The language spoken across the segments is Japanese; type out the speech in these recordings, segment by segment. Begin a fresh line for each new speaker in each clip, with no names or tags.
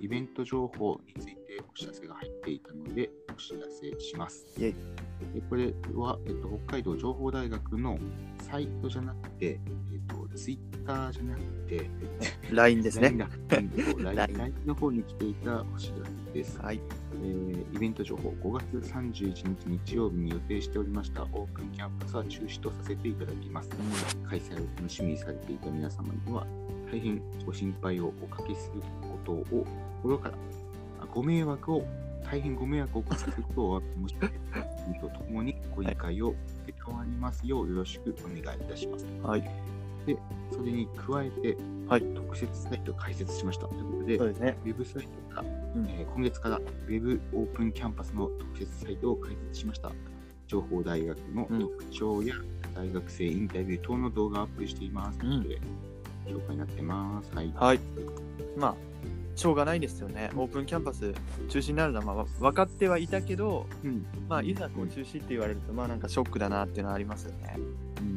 イベント情報についてお知らせが入っていたのでお知らせします。
イェイ
えこれは、えっと、北海道情報大学のサイトじゃなくて、えっと、ツイッターじゃなくて、
LINE ですね。
LINE だうんと LINE
LINE
の方に来ていたお知らせです。
はい。
えーイベント情報5月31日日曜日に予定しておりましたオープンキャンパスは中止とさせていただきます。開催を楽しみにされていた皆様には大変ご心配をおかけすることを心からあご迷惑を大変ご迷惑をおかけすることを申し上げたとともにご理解を賜りますようよろしくお願いいたします。
はい。
それに加えて、
はい
特設サイトを開設しましたということで、
そうですね。
ウェブサイトから、
ん
えー今月からウェブオープンキャンパスの特設サイトを開設しました。情報大学の
うん
特徴や大学生インタビュー等の動画をアップしています。
うん
ということで、紹介になってます。はい。
はい。まあ、しょうがないですよね。オープンキャンパス中止になるのは、まあ、分かってはいたけど、
うん
まあ、いざこう中止って言われると、まあ、なんかショックだなっていうのはありますよね。
うんう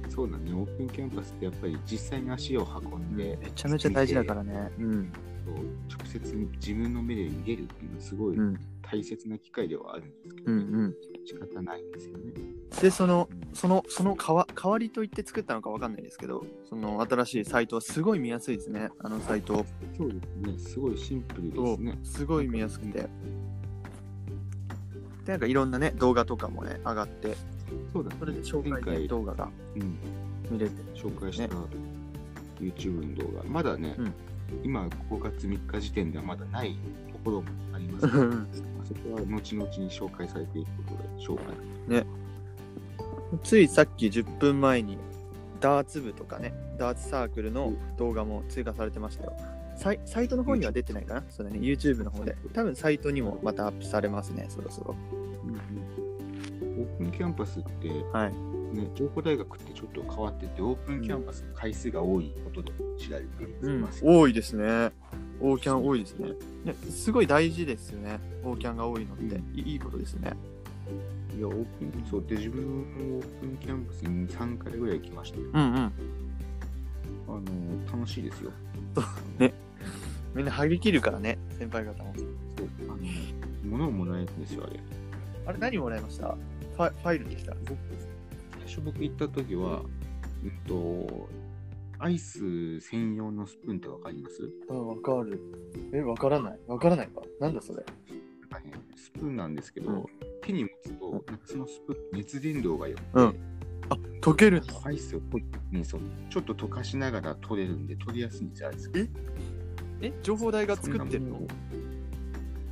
んうん、そうだね。オープンキャンパスってやっぱり実際に足を運んで、
めちゃめちゃ大事だからね。うん。
こう直接自分の目で見れるっていうのはすごい
うん。
大切な機会ではあるんですけど、
うんうん。
仕方ないんですよね。
で、その、その、その代わ代わりと言って作ったのか分かんないですけど、その新しいサイトはすごい見やすいですね。あのサイト。
そうですね。すごいシンプルですね。
すごい見やすくて。で、なんかいろんなね、動画とかもね、上がって、
そうだね。
それで紹介
前回
動画が
うん、
見れて。
紹介した YouTube の動画、まだね、
うん
今5月3日時点ではまだないところもありますので、まあそこは後々に紹介されていくことで紹介。
ついさっき10分前にダーツ部とかねダーツサークルの動画も追加されてましたよサイサイトの方には出てないかなそれね YouTube の方で多分サイトにもまたアップされますねそろそろ
オープンキャンパスって、
はい
ね、情報大学ってちょっと変わってて、オープンキャンパスの回数が多いことで知られていますよね、
多いですねオーキャン多いですねねすごい大事ですよねオーキャンが多いのって、
う
いいいことですね
いや、オープン、そうで、自分もオープンキャンパスに3回ぐらい来ましたよ
うんうん
あの楽しいですよ。
みんな激切るからね先輩方も
そうあの物をもらえるんですよ、あれ。
あれ何もらいましたファファイルでした
最初僕行った時は、うんと、アイス専用のスプーンってわかります
あ分かるえ分からない分からないかなんだそれ
なんかね、スプーンなんですけど、
うん
手に持つと、なんかそのスプーン、熱伝導がよくて、
うんあ溶けるんだ
アイスをこうねそうちょっと溶かしながら取れるんで、取りやすいんですよ、アイスが。
え情報台が作ってるの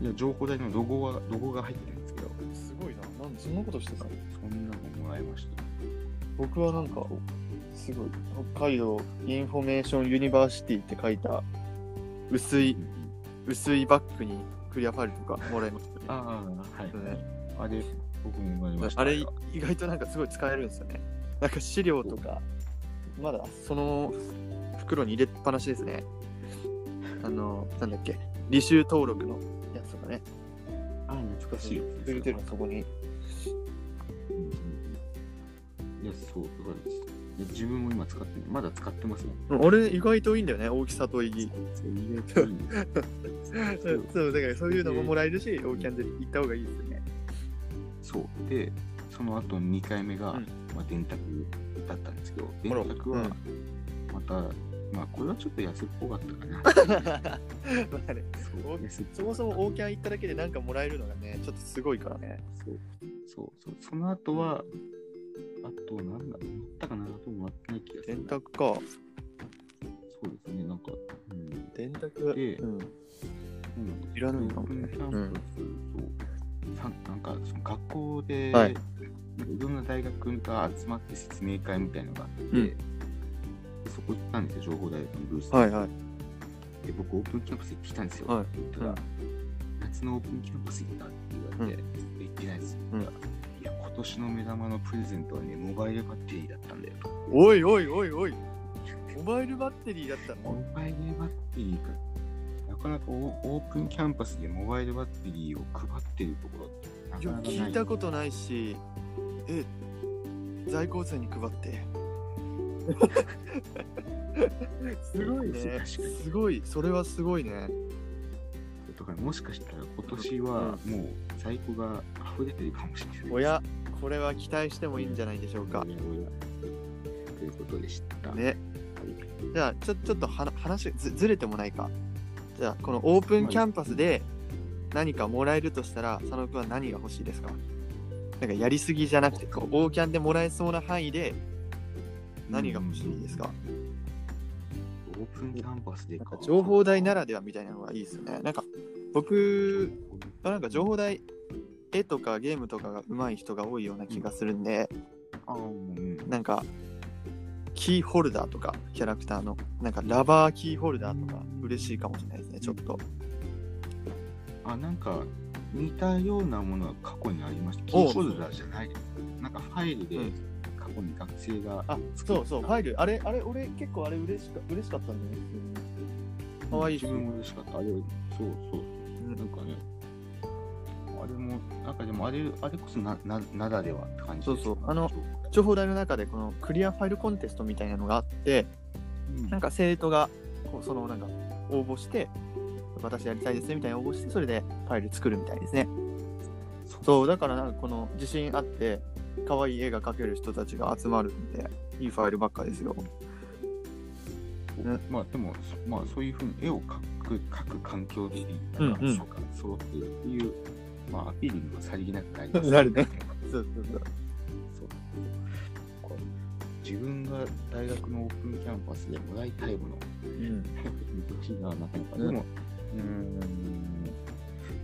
いや、情報台のロゴは、ロゴが入ってるんですけど、
すごいな。なんでそんなことしてたの
そんなのもらいました。
僕はなんか、すごい、北海道インフォメーションユニバーシティって書いた薄い、薄いバッグにクリアファイルとかもらいましたね。
ああ、はい
そうね
あれ、僕ももらいました。
あれ、意外となんかすごい使えるんですよね。なんか資料とか、まだその袋に入れっぱなしですね。あの、なんだっけ、履修登録のやつとかね。
ああ、懐かしい。
入れてるのそこに。
いや、そう、だからです。いや自分も今使ってるまだ使ってますよ。
あれ意外といいんだよね、大きさといい。
そう意外といいんです
そうそうだからそういうのももらえるし、オーキャンで行った方がいいですよね。
そう。で、その後2回目が、
うん
まあ、電卓だったんですけど、電
あら
卓はまた、まあ、これはちょっと安っぽかったかな。
まあね
そう安っ
そもそもオーキャン行っただけでなんかもらえるのがね、ちょっとすごいからね。
そうそうそう。その後は、あと、なんだ、乗ったかなあともらってない気がする
電
な。
卓か。
そうですね、なんか、うん、
電卓
で
うん。
うん
いらないのかも
キ
ね
ャンパス、そうさんなんかその学校で、
はい
い、ろんな大学が集まって説明会みたいのがあって、
うん
でそこ行ったんですよ、情報大学のブースに
はいはい。
で僕、オープンキャンパス行ってきたんですよ。
はい
って言ったら、
うん
夏のオープンキャンパス行ったって言われて、行ってないです。
うん
いや、今年の目玉のプレゼントはね、モバイルバッテリーだったんだよ。
おいおいおいおい。モバイルバッテリーだった
モ
の
バイルバッテリーか。なかなかオオープンキャンパスでモバイルバッテリーを配ってるところってないか
や、
なかない。
聞いたことないし、え、在校生に配って。すごいね。
確かに
すごい、それはすごいね。
からもしかしたら今年はもう在庫が溢れてるかもしれないです。
おや、これは期待してもいいんじゃないでしょう
おや
か
お。やということでした。
ね。
はい
じゃあ、ちょちょっとはな話ずずれてもないか。じゃあ、このオープンキャンパスで何かもらえるとしたら、佐野くんは何が欲しいですかなんかやりすぎじゃなくて、こうオーキャンでもらえそうな範囲で何が欲しいですか、
オープンキャンパスで
なん
か
か。情報大ならではみたいなのがいいですよね。なんか僕はなんか情報大絵とかゲームとかが上手い人が多いような気がするんで、
あーうん
なんかキーホルダーとかキャラクターのなんかラバーキーホルダーとか嬉しいかもしれないですねちょっと
あ、なんか似たようなものは過去にありました。キーホルダーじゃないです。なんかファイルで
うん
過去に学生が、
あそうそうファイルあれあれ俺結構あれ嬉しか嬉しかったんだよねかわいいし
自分も嬉しかった。あれ、そうそうそう。なんかね、あれも、なんかでもあれ、あれこそな、な、ならではって感じです
そうそうあの、情報大の中でこのクリアファイルコンテストみたいなのがあって
うん
なんか生徒がこうそのなんか応募して私やりたいですみたいな応募してそれでファイル作るみたいですねそうだからなんかこの自信あって可愛い絵が描ける人たちが集まるんでいいファイルばっかですよね
まあでも、そまあそういうふうに絵を描く描く環境でいいなんか
うんうん
そうかそうっていうっていう、まあアピールにもさりげなくなります
なるね。そうそうそ
そ
う
うこう自分が大学のオープンキャンパスでもらいたいもの、難しいな、なかなか。でも、うーん、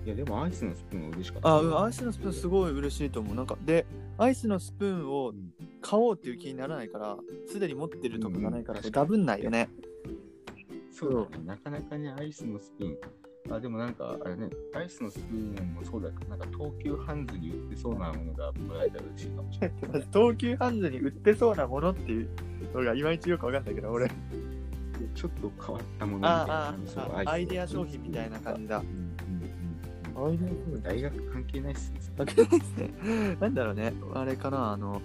いやでもアイスのスプーンは嬉しかった。
あうんアイスのスプーンすごい嬉しいと思うなんかでアイスのスプーンを
うん
買おうっていう気にならないからすでに持ってるとかがないから
うん
ダブんないよね
そうだね、なかなかね、アイスのスプーン。あ、でもなんか、あれね、アイスのスプーンもそうだけど、なんか東急ハンズに売ってそうなものがもらえたら嬉しいかもし れない。
東急ハンズに売ってそうなものっていうのがいまいちよくわかんないけど俺
ちょっと変わったものみたいな
あ
感じ
ああアイデア商品みたいな感じだ
うんうんうん
アイデア商品
大学関係ないっすね。
わかんないですね。なんだろうね、あれかな、あの、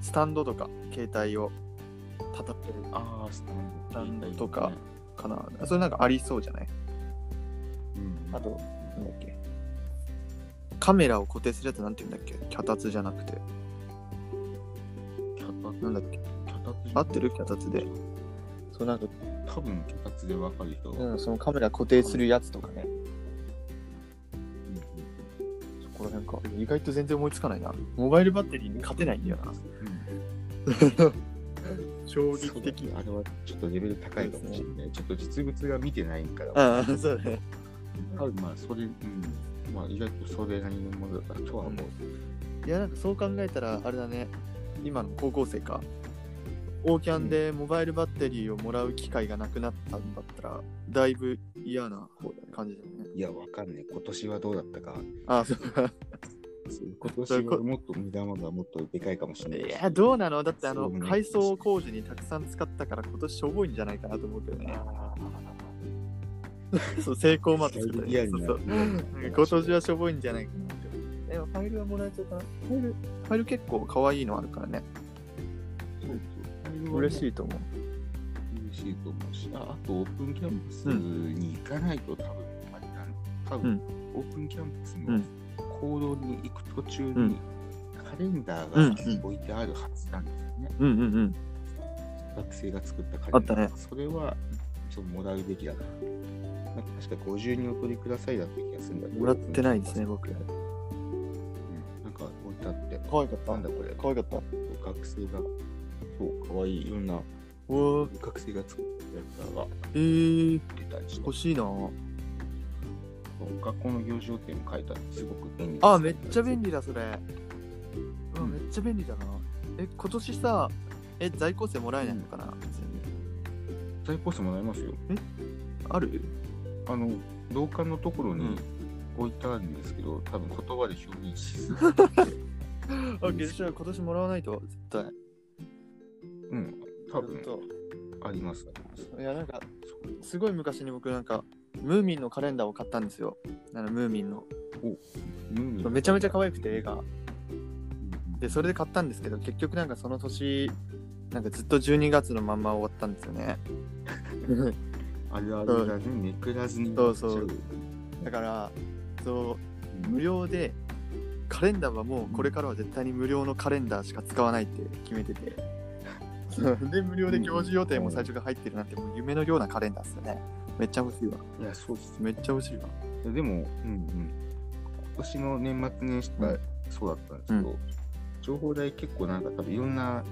スタンドとか、携帯を叩く
ああ、スタンド。
スタンドとかかな。それなんかありそうじゃない
うん。
あと、なんだっけ。カメラを固定するやつなんて言うんだっけ脚立じゃなくて。
脚立
なんだっけ
脚立
合ってる脚立で。そうなんか、
多分脚立で分かる人は。
うん、そのカメラ固定するやつとかね。
うんうん
そこら辺か。意外と全然思いつかないな。モバイルバッテリーに勝てないんだよな。衝撃的。
あれはちょっとレベル高いかもしれない、ちょっと実物が見てないから、
ああ、そうだね。
多分まあそれ、うん、まあ意外とそれなりのものだとは思う、
いやなんかそう考えたらあれだね今の高校生かオーキャンでモバイルバッテリーをもらう機会がなくなったんだったらだいぶ嫌な方だね感じだよね
いやわかんない今年はどうだったか
ああそうか
今年はもっと無駄まがもっとでかいかもしれない
いやどうなのだってあの
そうね
改装工事にたくさん使ったから今年しょぼいんじゃないかなと思うけどねそう成功まで作った
リアル
ねそう
な
そうなんか今年はしょぼいんじゃないかなって思うでもファイルはもらえちゃったなファイルファイル結構可愛いのあるからね嬉し
い
いと思う
嬉しいと思うしああとオープンキャンパスに行かないと多分、あれだね多分、オープンキャンパス
う
の
ん
行動に行く途中に、
うん
カレンダ
うん
ーが置いてあるはずなんですよね、
うんうんうん
学生が作ったカレンダー
あったね
それはちょっともらうべきだななんか確か50人お取りくださいだった気がするんだけど
もらってないですね、僕。
うんなんか置いてあって
可愛かっ
なんだこれ
可愛かった。
学生がそうかわいいいろんな
うわ
学生が作ったキャラクターが
えー、
出たりして
欲しいな。
そう学校の行事予定も書いてあってすごく便利
あ、めっちゃ便
利
利だ、それ。う、
うんん
めっちゃ便利だな。え、今年さ、え、在校生もらえないのかな、普通に。
在校生もらえますよ
ある
あの廊下のところ
う
に
ん
置いてあるんですけど多分言葉で表現しすぎて
あ、月謝今年もらわないと、絶対。
うん多分ありますあります
いや、なんか、
そう
すごい昔に僕、なんか、ムーミンのカレンダーを買ったんですよ。あの、ムーミンの。
うん
めちゃめちゃ可愛くて、絵が。
うん
で、それで買ったんですけど、結局なんかその年、なんかずっと12月のまんま終わったんですよね。
あるあるだね、めくらずに
そうそう
やっちゃ
だからそう
う
無料でカレンダーはもうこれからは絶対に無料のカレンダーしか使わないって決めててで無料で行事予定も最初から入ってるなんてもう夢のようなカレンダーっすよねめっちゃ欲しいわ
いや、そうっすね。
めっちゃ欲しいわ
いやでも、うんうん。今年の年末年始
う
は
ん
そうだったんですけど、情報代結構なんか多分いろんな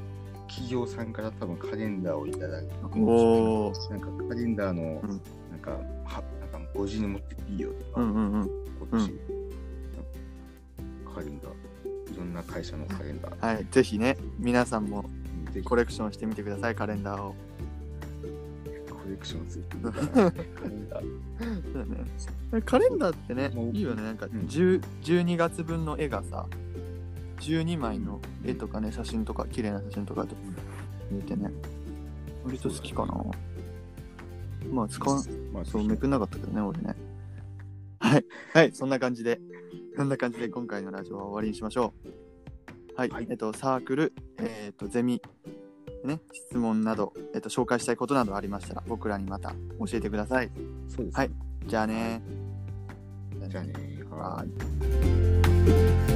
企業さんから多分カレンダーをいただく。
おお
なんかカレンダーの、
うん
なんか、はなんか5時に持ってっていいよとか、
うんうんうん
今年、カレンダー、いろんな会社のカレンダー、
はいぜひね皆さんも
ぜひ
コレクションしてみてくださいカレンダーを
コレクションついてるから、カレン ダー
そうだねカレンダーってね
もう
いいよねなんか、
ん
10 12月分の絵がさ12枚の絵とかね写真とか綺麗な写真とかと見えてね割と好きかなまあ使わ
まあ、
そうめくんなかったけどね俺ねはいはいそんな感じでそんな感じで今回のラジオは終わりにしましょうはい、
はい
えっとサークルえっとゼミね質問など、えっと紹介したいことなどありましたら僕らにまた教えてください
そうですね。
はいじゃあね
じゃあね。
Bye.